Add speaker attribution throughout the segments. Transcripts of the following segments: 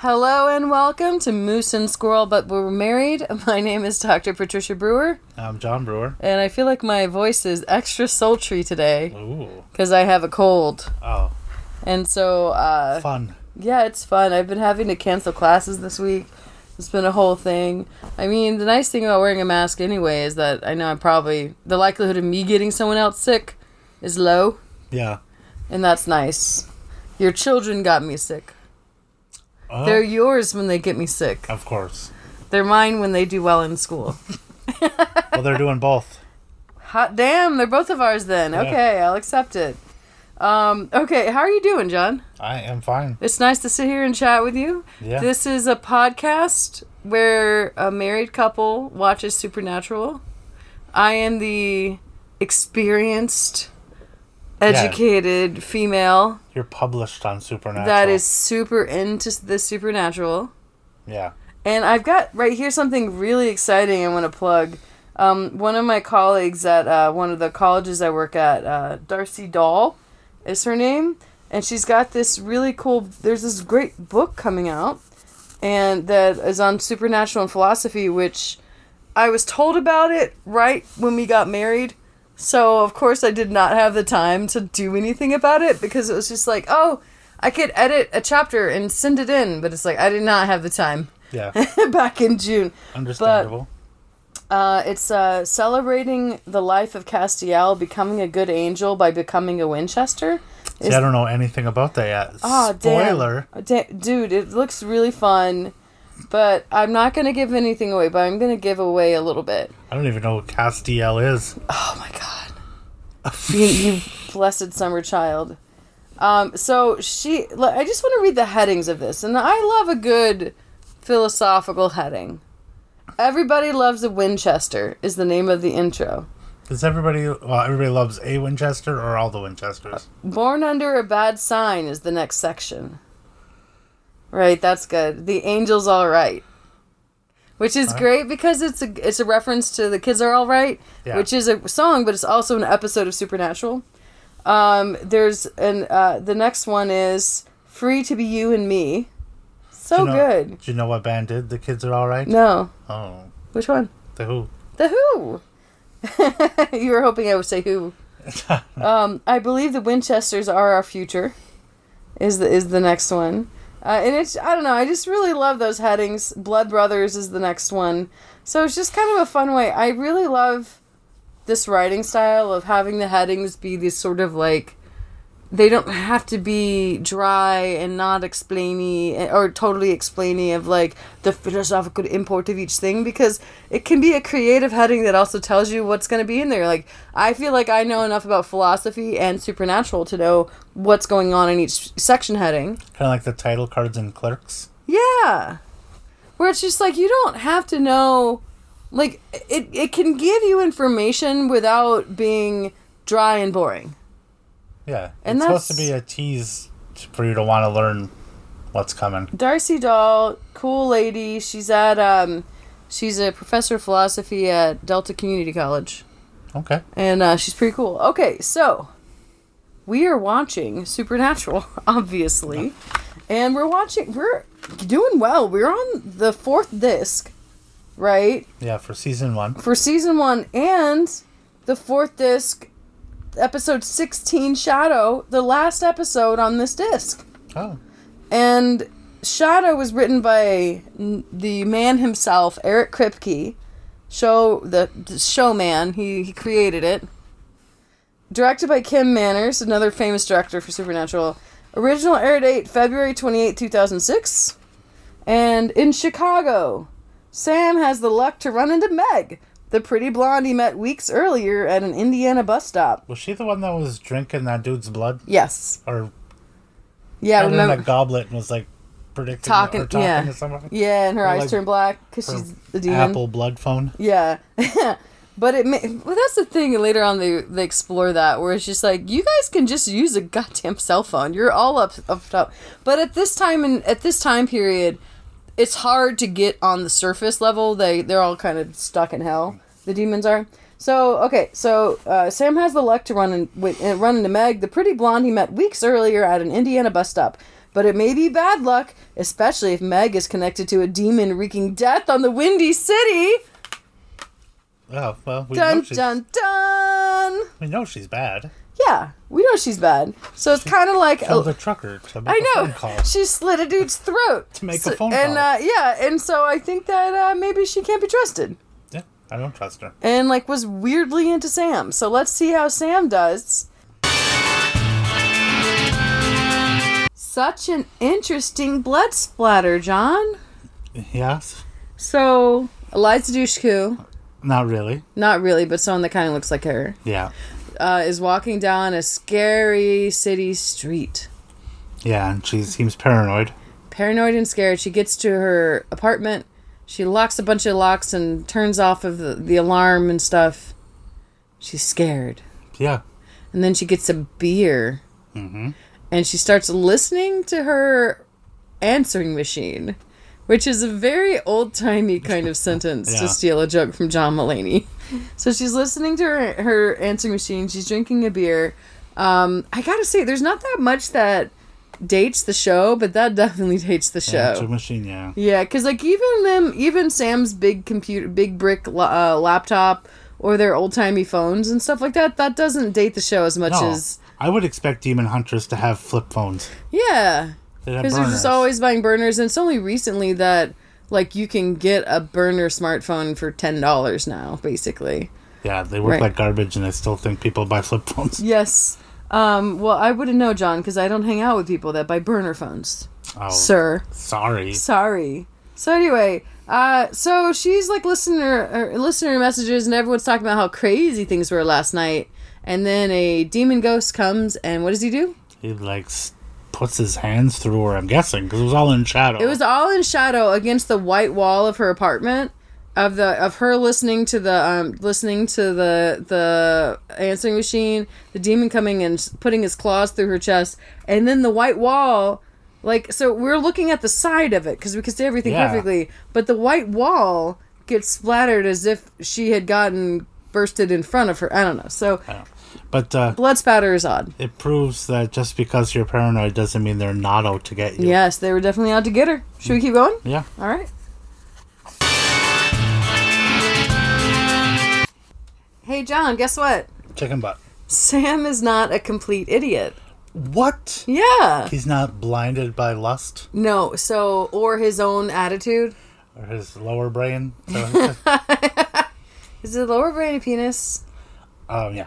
Speaker 1: Hello and welcome to Moose and Squirrel, but we're married. My name is Dr. Patricia Brewer,
Speaker 2: I'm John Brewer.
Speaker 1: and I feel like my voice is extra sultry today
Speaker 2: Ooh.
Speaker 1: because I have a cold.
Speaker 2: Oh,
Speaker 1: And so, uh,
Speaker 2: fun.
Speaker 1: yeah, it's fun. I've been having to cancel classes this week. It's been a whole thing. I mean, the nice thing about wearing a mask anyway is that I know I'm probably the likelihood of me getting someone else sick is low,
Speaker 2: Yeah.
Speaker 1: and that's nice. Your children got me sick.
Speaker 2: Oh,
Speaker 1: They're yours when they get me sick.
Speaker 2: of course.
Speaker 1: They're mine when they do well in school.
Speaker 2: Well, they're doing both.
Speaker 1: Hot damn, they're both of ours then.
Speaker 2: Yeah.
Speaker 1: Okay, I'll accept it. Um, okay, how are you doing, John?
Speaker 2: I am fine.
Speaker 1: It's nice to sit here and chat with you.
Speaker 2: Yeah.
Speaker 1: This is a podcast where a married couple watches Supernatural. I am the experienced, educated female
Speaker 2: You're published on Supernatural.
Speaker 1: that is super into the supernatural.
Speaker 2: Yeah.
Speaker 1: And I've got right here something really exciting I want to plug. Um, one of my colleagues at uh, one of the colleges I work at, uh, Darcy Doll, is her name, and she's got this really cool. There's this great book coming out, and that is on supernatural and philosophy, which I was told about it right when we got married. So of course I did not have the time to do anything about it because it was just like, oh, I could edit a chapter and send it in, but it's like I did not have the time
Speaker 2: Yeah.
Speaker 1: back in June.
Speaker 2: Understandable.
Speaker 1: Uh, it's uh, celebrating the life of Castiel, becoming a good angel by becoming a Winchester.
Speaker 2: See, I don't know anything about that yet.
Speaker 1: Ah, damn.
Speaker 2: Spoiler.
Speaker 1: Uh, da- dude, it looks really fun, but I'm not gonna give anything away. But I'm gonna give away a little bit.
Speaker 2: I don't even know what Castiel is.
Speaker 1: Oh my god, you, you blessed summer child. Um, so she, l- I just want to read the headings of this, and I love a good philosophical heading. Everybody loves a Winchester is the name of the intro.
Speaker 2: Does everybody? Well, everybody loves a Winchester or all the Winchesters.
Speaker 1: Born under a bad sign is the next section. Right, that's good. The angel's all right. Which is great because it's a it's a reference to the kids are all right,
Speaker 2: Yeah.
Speaker 1: which is a song, but it's also an episode of Supernatural. Um, there's an uh, the next one is free to be you and me. So
Speaker 2: you know,
Speaker 1: good.
Speaker 2: Do you know what band did? The kids are all right.
Speaker 1: No,
Speaker 2: Oh,
Speaker 1: which one?
Speaker 2: the Who.
Speaker 1: The Who. you were hoping I would say Who. Um, I believe the Winchesters are our future. Is the is the next one, uh, and it's I don't know. I just really love those headings. Blood Brothers is the next one, so it's just kind of a fun way. I really love this writing style of having the headings be these sort of like. They don't have to be dry and not explainy eh, or totally explainy of like the philosophical import of each thing because it can be a creative heading that also tells you what's going to be in there. Like I feel like I know enough about philosophy and supernatural to know what's going on in each section heading.
Speaker 2: Kind of like the title cards in Clerks.
Speaker 1: Yeah. Where it's just like you don't have to know like it it can give you information without being dry and boring.
Speaker 2: Yeah.
Speaker 1: And
Speaker 2: it's supposed to
Speaker 1: that's-
Speaker 2: be a tease for you to want to learn what's coming.
Speaker 1: Darcy Doll, cool lady. She's at um she's a professor of philosophy at Delta Community College.
Speaker 2: Okay.
Speaker 1: and uh, she's pretty cool. Okay, so we are watching Supernatural, obviously, and we're watching. We're doing well. We're on the fourth disc, right,
Speaker 2: Yeah, for season one.
Speaker 1: for season one, and the fourth disc, episode sixteen, Shadow, the last episode on this disc,
Speaker 2: Oh,
Speaker 1: and Shadow was written by n- the man himself, Eric Kripke. Show the, the showman. He he created it directed by Kim Manners, another famous director for Supernatural. Original air date February 28, 2006. And in Chicago, Sam has the luck to run into Meg, the pretty blonde he met weeks earlier at an Indiana bus stop.
Speaker 2: was she the one that was drinking that dudede's blood,
Speaker 1: Yes.
Speaker 2: or
Speaker 1: Yeah,
Speaker 2: and in a
Speaker 1: remember.
Speaker 2: goblet and was like predicting
Speaker 1: Talking-
Speaker 2: or talking
Speaker 1: yeah.
Speaker 2: to someone?
Speaker 1: Yeah, and her
Speaker 2: Or
Speaker 1: eyes
Speaker 2: like
Speaker 1: turn black because
Speaker 2: her
Speaker 1: she's the demon.
Speaker 2: Apple blood phone.
Speaker 1: Yeah. but it ma- well, that's the thing later on they they explore that where it's just like you guys can just use a goddamn cell phone. You're all up up top. But at this time and at this time period, it's hard to get on the surface level. They they're all kind of stuck in hell. The demons are. So okay, so uh, Sam has the luck to run in, wi- uh, run into Meg, the pretty blonde he met weeks earlier at an Indiana bus stop. but it may be bad luck, especially if Meg is connected to a demon wreaking death on the Windy City.
Speaker 2: Oh well, we know
Speaker 1: Dun
Speaker 2: she's
Speaker 1: dun dun.
Speaker 2: we know she's bad.
Speaker 1: Yeah, we know she's bad. So it's kind of like
Speaker 2: Tell the trucker to make
Speaker 1: Oh. I
Speaker 2: a
Speaker 1: know
Speaker 2: phone call.
Speaker 1: she slit a dude's throat to
Speaker 2: make a phone
Speaker 1: and,
Speaker 2: call.
Speaker 1: uh, yeah, and so I think that uh, maybe she can't be trusted.
Speaker 2: Yeah, I don't trust her.
Speaker 1: and like was weirdly into Sam. So let's see how Sam does. Such an interesting blood splatter, John.
Speaker 2: Yes,
Speaker 1: So Eliza Dushku,
Speaker 2: not really.
Speaker 1: not really, but someone that kind of looks like her,
Speaker 2: Yeah,
Speaker 1: uh, is walking down a scary city street.
Speaker 2: yeah, and she seems paranoid.
Speaker 1: Paranoid and scared, she gets to her apartment. She locks a bunch of locks and turns off of the, the alarm and stuff. She's scared.
Speaker 2: Yeah,
Speaker 1: and then she gets a beer
Speaker 2: Mm-hmm.
Speaker 1: and she starts listening to her answering machine which is a very old-timey kind of sentence
Speaker 2: Yeah.
Speaker 1: to steal a joke from john mullaney so she's listening to her, her answering machine she's drinking a beer um, i gotta say there's not that much that dates the show but that definitely dates the show
Speaker 2: Answer machine. Yeah,
Speaker 1: yeah, because like even them, even Sam's big computer, big brick la- uh, laptop, or their old timey phones and stuff like that. That doesn't date the show as much
Speaker 2: no,
Speaker 1: as
Speaker 2: I would expect demon hunters to have flip phones.
Speaker 1: yeah,
Speaker 2: They'd have
Speaker 1: because they're just
Speaker 2: burners.
Speaker 1: always buying burners, and it's only recently that like you can get a burner smartphone for ten dollars now, basically.
Speaker 2: Yeah, they work
Speaker 1: Right.
Speaker 2: like garbage, and I still think people buy flip phones.
Speaker 1: Yes. Um, well, I wouldn't know, John, because I don't hang out with people that buy burner phones,
Speaker 2: Oh,
Speaker 1: sir.
Speaker 2: sorry.
Speaker 1: Sorry. So anyway, uh, so she's like listening to her, her listening to her messages, and everyone's talking about how crazy things were last night. And then a demon ghost comes, and what does he do?
Speaker 2: He like s- puts his hands through her. I'm guessing because it was all in shadow.
Speaker 1: It was all in shadow against the white wall of her apartment, of the of her listening to the um listening to the the answering machine, the demon coming and s- putting his claws through her chest, and then the white wall. Like so, we're looking at the side of it because we could see everything
Speaker 2: Yeah.
Speaker 1: perfectly, but the white wall gets splattered as if she had gotten bursted in front of her. I don't know. So
Speaker 2: but uh,
Speaker 1: blood spatter is odd.
Speaker 2: it proves that just because you're paranoid doesn't mean they're not out to get you.
Speaker 1: Yes, they were definitely out to get her. Should we keep going?
Speaker 2: Yeah.
Speaker 1: All right. Hey, John, guess what?
Speaker 2: Chicken butt.
Speaker 1: Sam is not a complete idiot.
Speaker 2: What?
Speaker 1: Yeah.
Speaker 2: He's not blinded by lust
Speaker 1: No, so, or his own attitude.
Speaker 2: or his lower brain. So,
Speaker 1: Is it lower brain and penis?
Speaker 2: um, yeah.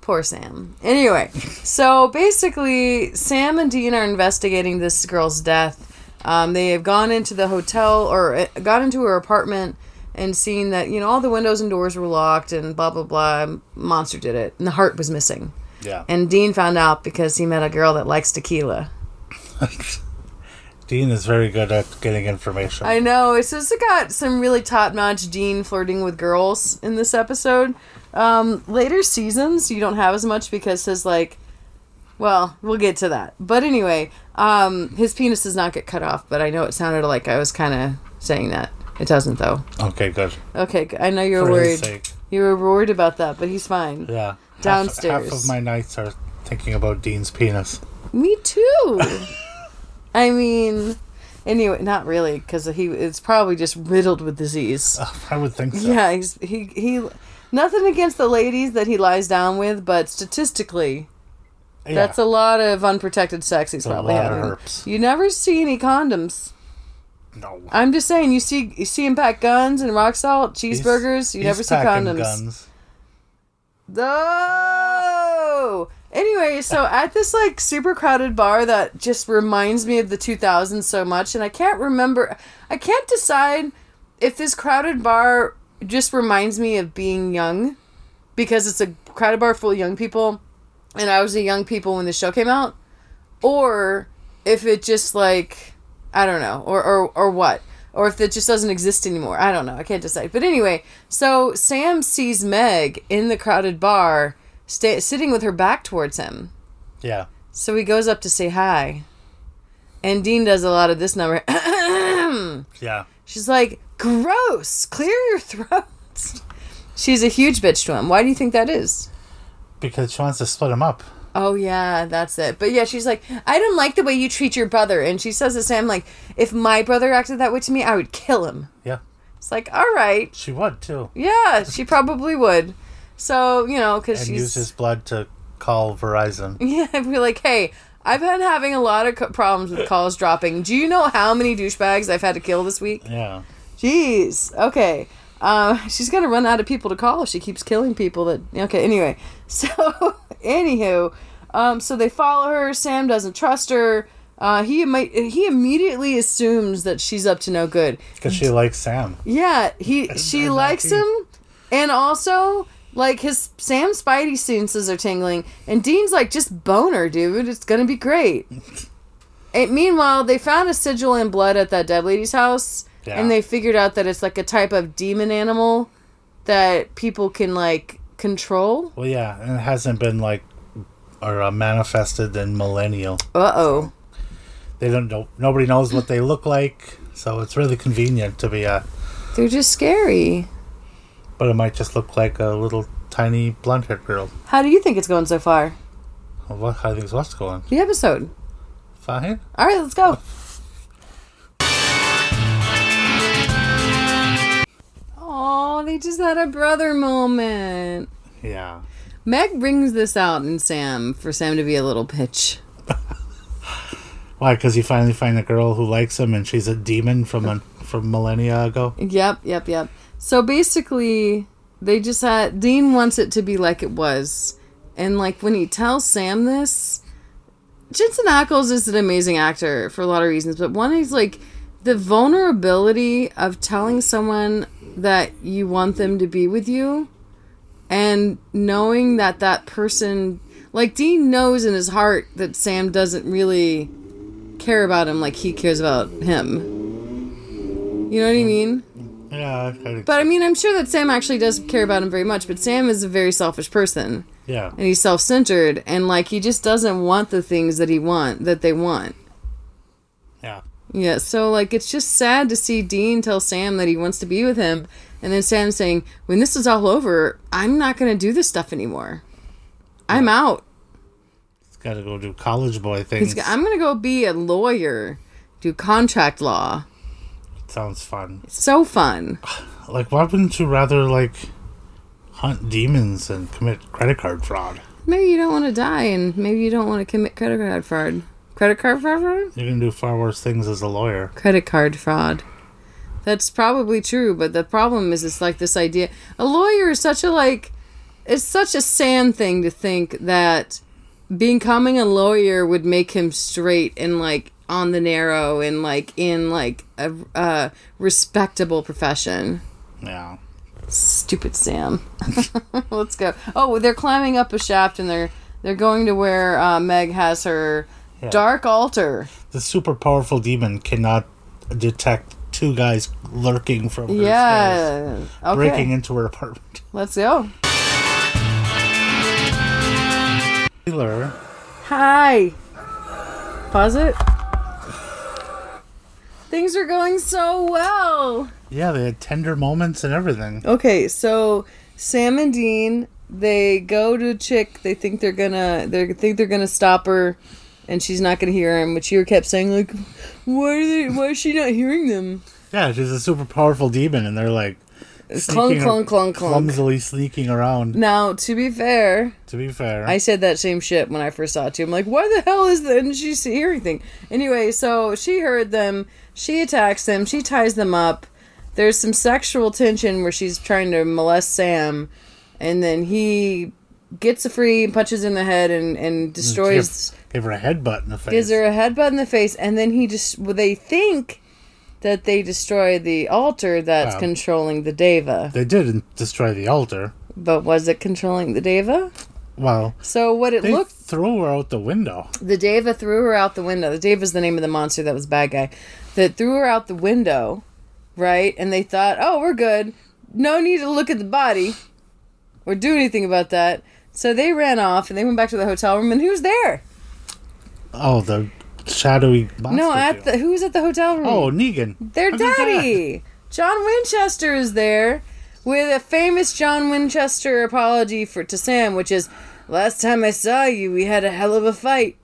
Speaker 1: Poor Sam. Anyway, so basically, Sam and Dean are investigating this girl's death. Um, they have gone into the hotel or uh, got into her apartment and seen that, you know, all the windows and doors were locked and blah, blah, blah. Monster did it. And the heart was missing.
Speaker 2: Yeah.
Speaker 1: And Dean found out because he met a girl that likes tequila.
Speaker 2: Dean is very good at getting information.
Speaker 1: I know. It's just got some really top notch Dean flirting with girls in this episode. Um, later seasons, you don't have as much because his, like, well, we'll get to that. But anyway, um, his penis does not get cut off, but I know it sounded like I was kind of saying that. It doesn't, though.
Speaker 2: okay, good.
Speaker 1: Okay, g- I know you were
Speaker 2: For his
Speaker 1: worried.
Speaker 2: sake.
Speaker 1: You were worried about that, but he's fine.
Speaker 2: Yeah. Half- Half,
Speaker 1: Downstairs.
Speaker 2: of my nights are thinking about Dean's penis.
Speaker 1: Me too. I mean, anyway, not really, because he it's probably just riddled with disease.
Speaker 2: I would think so.
Speaker 1: Yeah, he's, he he. Nothing against the ladies that he lies down with, but statistically,
Speaker 2: Yeah.
Speaker 1: that's a lot of unprotected sex he's
Speaker 2: a
Speaker 1: probably
Speaker 2: lot of
Speaker 1: having.
Speaker 2: herpes.
Speaker 1: You never see any condoms.
Speaker 2: no.
Speaker 1: I'm just saying, you see you see him pack guns and rock salt,
Speaker 2: He's-
Speaker 1: cheeseburgers. You
Speaker 2: he's
Speaker 1: never see
Speaker 2: packing
Speaker 1: condoms.
Speaker 2: Guns.
Speaker 1: Oh. Anyway, so at this like super crowded bar that just reminds me of the 2000s so much, and I can't remember, I can't decide if this crowded bar just reminds me of being young, because it's a crowded bar full of young people, and I was a young people when the show came out, or if it just like I don't know, or or or what, or if it just doesn't exist anymore. I don't know. I can't decide. But anyway, so Sam sees Meg in the crowded bar, sta sitting with her back towards him.
Speaker 2: Yeah.
Speaker 1: So he goes up to say hi, and Dean does a lot of this number.
Speaker 2: Yeah.
Speaker 1: She's like, "Gross! Clear your throat." She's a huge bitch to him. Why do you think that is?
Speaker 2: Because she wants to split him up.
Speaker 1: Oh yeah, that's it. But yeah, she's like, I don't like the way you treat your brother, and she says this. And I'm like, if my brother acted that way to me, I would kill him.
Speaker 2: Yeah,
Speaker 1: It's like, all right,
Speaker 2: she would too,
Speaker 1: yeah, she probably would. So you know, because
Speaker 2: and
Speaker 1: she's
Speaker 2: use his blood to call Verizon.
Speaker 1: Yeah, I'd be like, hey, I've been having a lot of co- problems with calls dropping. Do you know how many douchebags I've had to kill this week?
Speaker 2: Yeah,
Speaker 1: Jeez. Okay. Uh, she's gonna run out of people to call if she keeps killing people. That okay. Anyway. So anywho, um, so they follow her. Sam doesn't trust her. Uh, he might. He immediately assumes that she's up to no good.
Speaker 2: because she likes Sam.
Speaker 1: Yeah, he she
Speaker 2: and
Speaker 1: likes
Speaker 2: Matthew.
Speaker 1: him, and also like his Sam Spidey senses are tingling, and Dean's like, just boner, dude. It's gonna be great. and meanwhile, they found a sigil in blood at that dead lady's house,
Speaker 2: Yeah.
Speaker 1: and they figured out that it's like a type of demon animal that people can like control.
Speaker 2: Well, yeah, and it hasn't been like or uh, manifested in millennial.
Speaker 1: Uh oh.
Speaker 2: They don't know. Nobody knows what they look like, so it's really convenient to be a.
Speaker 1: They're just scary.
Speaker 2: But it might just look like a little tiny blonde-haired girl.
Speaker 1: How do you think it's going so far?
Speaker 2: Well, what I think's what's going
Speaker 1: The episode.
Speaker 2: fine.
Speaker 1: All right, let's go. Oh, they just had a brother moment.
Speaker 2: Yeah.
Speaker 1: Meg brings this out in Sam for Sam to be a little pitch.
Speaker 2: Why? Because you finally find a girl who likes him, and she's a demon from a, from millennia ago.
Speaker 1: Yep, yep, yep. So basically, they just had Dean wants it to be like it was, and like when he tells Sam this, Jensen Ackles is an amazing actor for a lot of reasons, but one is like the vulnerability of telling someone that you want them to be with you, and knowing that that person, like Dean, knows in his heart that Sam doesn't really care about him like he cares about him. You know what I mean?
Speaker 2: Yeah. I kinda-
Speaker 1: But I mean, I'm sure that Sam actually does care about him very much, but Sam is a very selfish person
Speaker 2: yeah.
Speaker 1: and he's self centered and like he just doesn't want the things that he want that they want.
Speaker 2: Yeah.
Speaker 1: Yeah, so like it's just sad to see Dean tell Sam that he wants to be with him and then Sam saying, When this is all over, I'm not gonna do this stuff anymore. I'm out.
Speaker 2: He's got to go do college boy
Speaker 1: He's
Speaker 2: things.
Speaker 1: g- I'm gonna go be a lawyer, do contract law.
Speaker 2: Sounds fun.
Speaker 1: It's so fun.
Speaker 2: Like, why wouldn't you rather like hunt demons and commit credit card fraud?
Speaker 1: Maybe you don't want to die and maybe you don't want to commit credit card fraud. Credit card fraud?
Speaker 2: You can do far worse things as a lawyer.
Speaker 1: credit card fraud. That's probably true, but the problem is it's like this idea. A lawyer is such a like it's such a sand thing to think that becoming a lawyer would make him straight and like on the narrow and like in like a, a respectable profession.
Speaker 2: Yeah.
Speaker 1: Stupid Sam. Let's go. Oh, well, they're climbing up a shaft and they're they're going to where uh, Meg has her dark altar.
Speaker 2: The super powerful demon cannot detect two guys lurking from her stairs,
Speaker 1: Yeah. Okay.
Speaker 2: breaking into her apartment.
Speaker 1: Let's go.
Speaker 2: Taylor,
Speaker 1: Hi. Pause it. Things are going so well.
Speaker 2: yeah, they had tender moments and everything.
Speaker 1: Okay, so Sam and Dean, they go to chick. They think they're gonna, they think they're gonna stop her, and she's not gonna hear him. Which you kept saying like, why are they? Why is she not hearing them?
Speaker 2: Yeah, she's a super powerful demon, and they're like
Speaker 1: Clunk,
Speaker 2: sneaking ar-
Speaker 1: clunk, clunk, clunk.
Speaker 2: clumsily sneaking around.
Speaker 1: Now, to be fair,
Speaker 2: To be fair,
Speaker 1: I said that same shit when I first saw it too. I'm like, why the hell is that? And she's hearing thing. Anyway, so she heard them. She attacks them. She ties them up. There's some sexual tension where she's trying to molest Sam, and then he gets a free, punches in the head, and and destroys.
Speaker 2: gave, gave her a headbutt in the face.
Speaker 1: Gives her a headbutt in the face, and then he just. Well, they think that they destroy the altar that's
Speaker 2: Wow.
Speaker 1: controlling the deva,
Speaker 2: they didn't destroy the altar.
Speaker 1: but was it controlling the deva?
Speaker 2: Well,
Speaker 1: So what it
Speaker 2: they
Speaker 1: looked
Speaker 2: threw her out the window.
Speaker 1: the Deva threw her out the window. The Deva is the name of the monster that was bad guy. That threw her out the window, right? And they thought, oh, we're good. No need to look at the body or do anything about that. So they ran off and they went back to the hotel room. And who's there?
Speaker 2: Oh, the shadowy monster.
Speaker 1: no, at
Speaker 2: dude.
Speaker 1: the who's at the hotel room?
Speaker 2: oh Negan.
Speaker 1: their
Speaker 2: Look at that.
Speaker 1: daddy, John Winchester, is there with a famous John Winchester apology for to Sam, which is, Last time I saw you, we had a hell of a fight.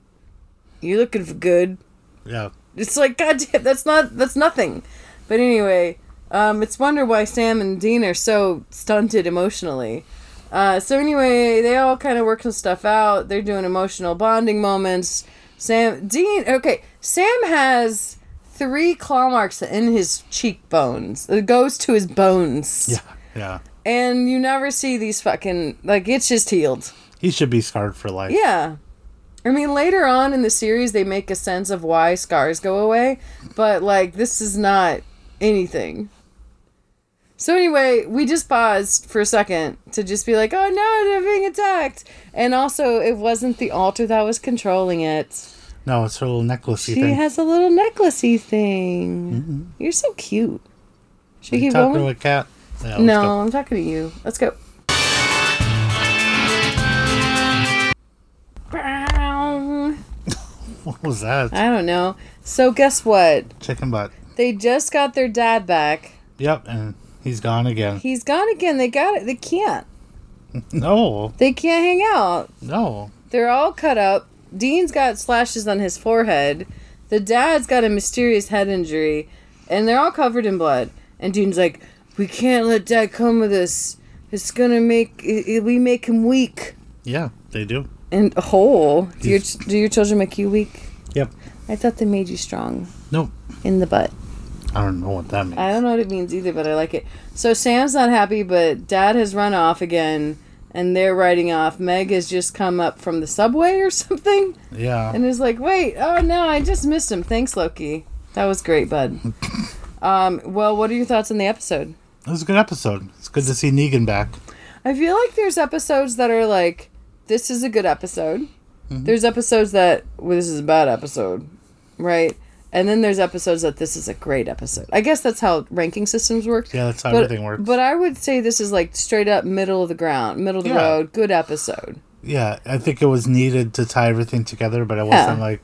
Speaker 1: You're looking for good.
Speaker 2: Yeah.
Speaker 1: It's like goddamn, that's not that's nothing. But anyway, um, it's wonder why Sam and Dean are so stunted emotionally. Uh, so anyway, they all kind of work some stuff out. They're doing emotional bonding moments. Sam, Dean, okay, Sam has three claw marks in his cheekbones. It goes to his bones,
Speaker 2: Yeah. Yeah.
Speaker 1: and you never see these fucking like it's just healed.
Speaker 2: He should be scarred for life.
Speaker 1: Yeah. I mean, later on in the series, they make a sense of why scars go away, but like, this is not anything. So, anyway, we just paused for a second to just be like, oh no, they're being attacked. And also, it wasn't the altar that was controlling it.
Speaker 2: No, it's her little necklace
Speaker 1: She
Speaker 2: thing.
Speaker 1: has a little necklacey thing. You're so cute. Should we keep
Speaker 2: Talk
Speaker 1: going?
Speaker 2: to a cat. Yeah, let's
Speaker 1: no,
Speaker 2: go.
Speaker 1: I'm talking to you. Let's go. Bow.
Speaker 2: What was that?
Speaker 1: I don't know. So guess what?
Speaker 2: Chicken butt.
Speaker 1: They just got their dad back.
Speaker 2: Yep, and he's gone again.
Speaker 1: He's gone again. They got it. They can't.
Speaker 2: No,
Speaker 1: They can't hang out.
Speaker 2: no.
Speaker 1: They're all cut up. Dean's got slashes on his forehead. The dad's got a mysterious head injury, and they're all covered in blood. And Dean's like, "We can't let dad come with us. It's gonna make i i- we make him weak."
Speaker 2: Yeah, they do.
Speaker 1: And whole. Do your ch- do your children make you weak?
Speaker 2: Yep.
Speaker 1: I thought they made you strong
Speaker 2: Nope.
Speaker 1: in the butt.
Speaker 2: I don't know what that means.
Speaker 1: I don't know what it means either, but I like it. So Sam's not happy, but Dad has run off again, and they're riding off. Meg has just come up from the subway or something,
Speaker 2: yeah.
Speaker 1: and is like, "Wait, oh no, I just missed him. Thanks, Loki. That was great, bud." um, well, what are your thoughts on the episode?
Speaker 2: It was a good episode. It's good to see Negan back.
Speaker 1: I feel like there's episodes that are like, "This is a good episode." There's episodes that well, this is a bad episode, right? And then there's episodes that this is a great episode. I guess that's how ranking systems work.
Speaker 2: Yeah, that's how
Speaker 1: but,
Speaker 2: everything works.
Speaker 1: But I would say this is like straight up middle of the ground, middle of the
Speaker 2: Yeah.
Speaker 1: road, good episode.
Speaker 2: yeah, I think it was needed to tie everything together, but it wasn't like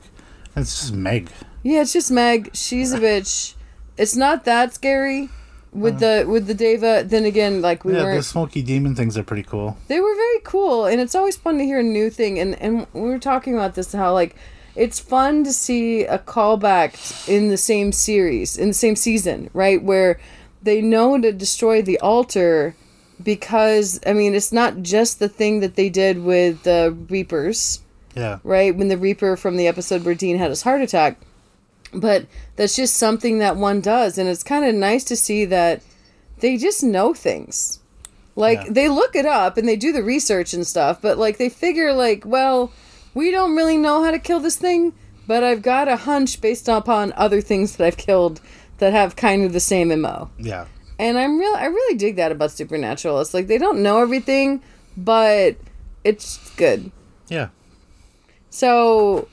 Speaker 2: it's just Meg.
Speaker 1: Yeah, it's just Meg. She's a bitch. It's not that scary with the with the Deva. Then again, like we
Speaker 2: Uh-huh. yeah,
Speaker 1: weren't.
Speaker 2: the smoky demon things are pretty cool.
Speaker 1: They were very cool, and it's always fun to hear a new thing. And and we were talking about this how like. It's fun to see a callback in the same series, in the same season, right? Where they know to destroy the altar because, I mean, it's not just the thing that they did with the Reapers,
Speaker 2: Yeah.
Speaker 1: right? When the Reaper from the episode where Dean had his heart attack. But that's just something that one does. And it's kind of nice to see that they just know things. Like,
Speaker 2: Yeah.
Speaker 1: they look it up and they do the research and stuff, but like, they figure, like, well, we don't really know how to kill this thing, but I've got a hunch based upon other things that I've killed that have kind of the same MO.
Speaker 2: Yeah.
Speaker 1: And I'm real I really dig that about Supernatural. It's like they don't know everything, but it's good.
Speaker 2: Yeah.
Speaker 1: So,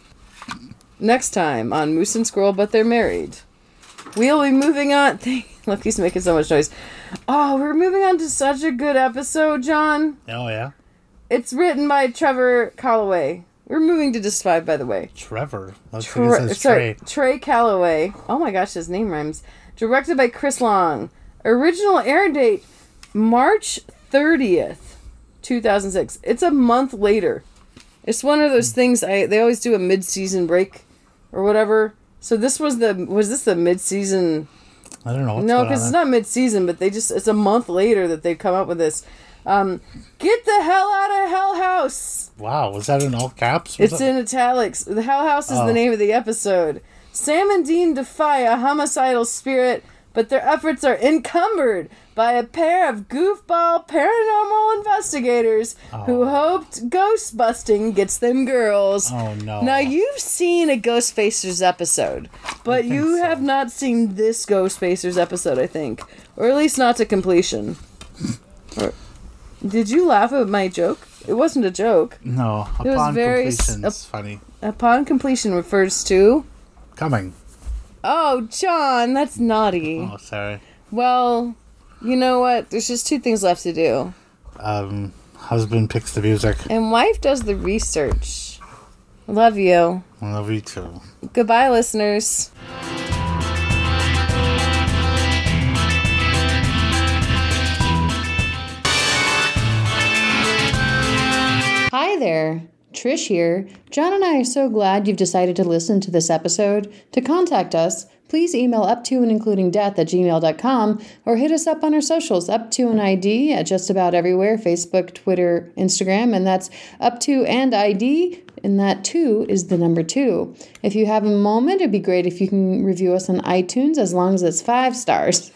Speaker 1: next time on Moose and Squirrel, but they're married. We'll be moving on. Thank- Look, he's making so much noise. Oh, we're moving on to such a good episode, John.
Speaker 2: Oh yeah.
Speaker 1: It's written by Trevor Calloway. We're moving to Just Five, by the way.
Speaker 2: Trevor. Let's
Speaker 1: Tre-
Speaker 2: see. It says
Speaker 1: sorry,
Speaker 2: Trey.
Speaker 1: Trey Calloway. Oh my gosh, his name rhymes. Directed by Chris Long. Original air date March 30th, 2006. It's a month later. It's one of those things I they always do a mid-season break or whatever. So this was the was this the mid-season
Speaker 2: I don't know. What's
Speaker 1: no,
Speaker 2: going
Speaker 1: because
Speaker 2: on
Speaker 1: it's not mid-season, but they just—it's a month later that they've come up with this. Um, Get the hell out of Hell House!
Speaker 2: there. Wow, was that in all caps? Was
Speaker 1: It's
Speaker 2: it-
Speaker 1: in italics. The Hell House is
Speaker 2: Oh.
Speaker 1: the name of the episode. Sam and Dean defy a homicidal spirit, but their efforts are encumbered by a pair of goofball paranormal investigators who
Speaker 2: Oh.
Speaker 1: hoped ghost busting gets them girls.
Speaker 2: Oh no.
Speaker 1: Now you've seen a Ghostfacers episode, but you
Speaker 2: so.
Speaker 1: have not seen this Ghostfacers episode, I think, or at least not to completion. Or- did you laugh at my joke? It wasn't a joke.
Speaker 2: No.
Speaker 1: was
Speaker 2: Upon
Speaker 1: very s-
Speaker 2: completion,
Speaker 1: up-
Speaker 2: it's funny.
Speaker 1: Upon completion refers to.
Speaker 2: Coming.
Speaker 1: Oh, John, that's naughty.
Speaker 2: Oh, sorry.
Speaker 1: Well, you know what? There's just two things left to do.
Speaker 2: Um, husband picks the music.
Speaker 1: And wife does the research. Love you.
Speaker 2: Love you too.
Speaker 1: Goodbye, listeners. Hi there, Trish here. John and I are so glad you've decided to listen to this episode. To contact us, please email up to and including death at gmail.com or hit us up on our socials, up to an ID at just about everywhere Facebook, Twitter, Instagram, and that's up to and ID, and that two is the number two. If you have a moment, it'd be great if you can review us on iTunes as long as it's five stars.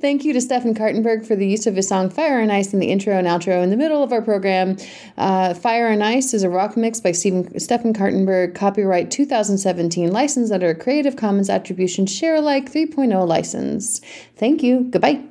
Speaker 1: Thank you to Stefan Kartenberg for the use of his song Fire and Ice in the intro and outro in the middle of our program. Uh, Fire and Ice is a rock mix by Stephen, Stefan Kartenberg, copyright 2017, licensed under a Creative Commons Attribution Share Alike 3.0 license. oh Thank you. Goodbye.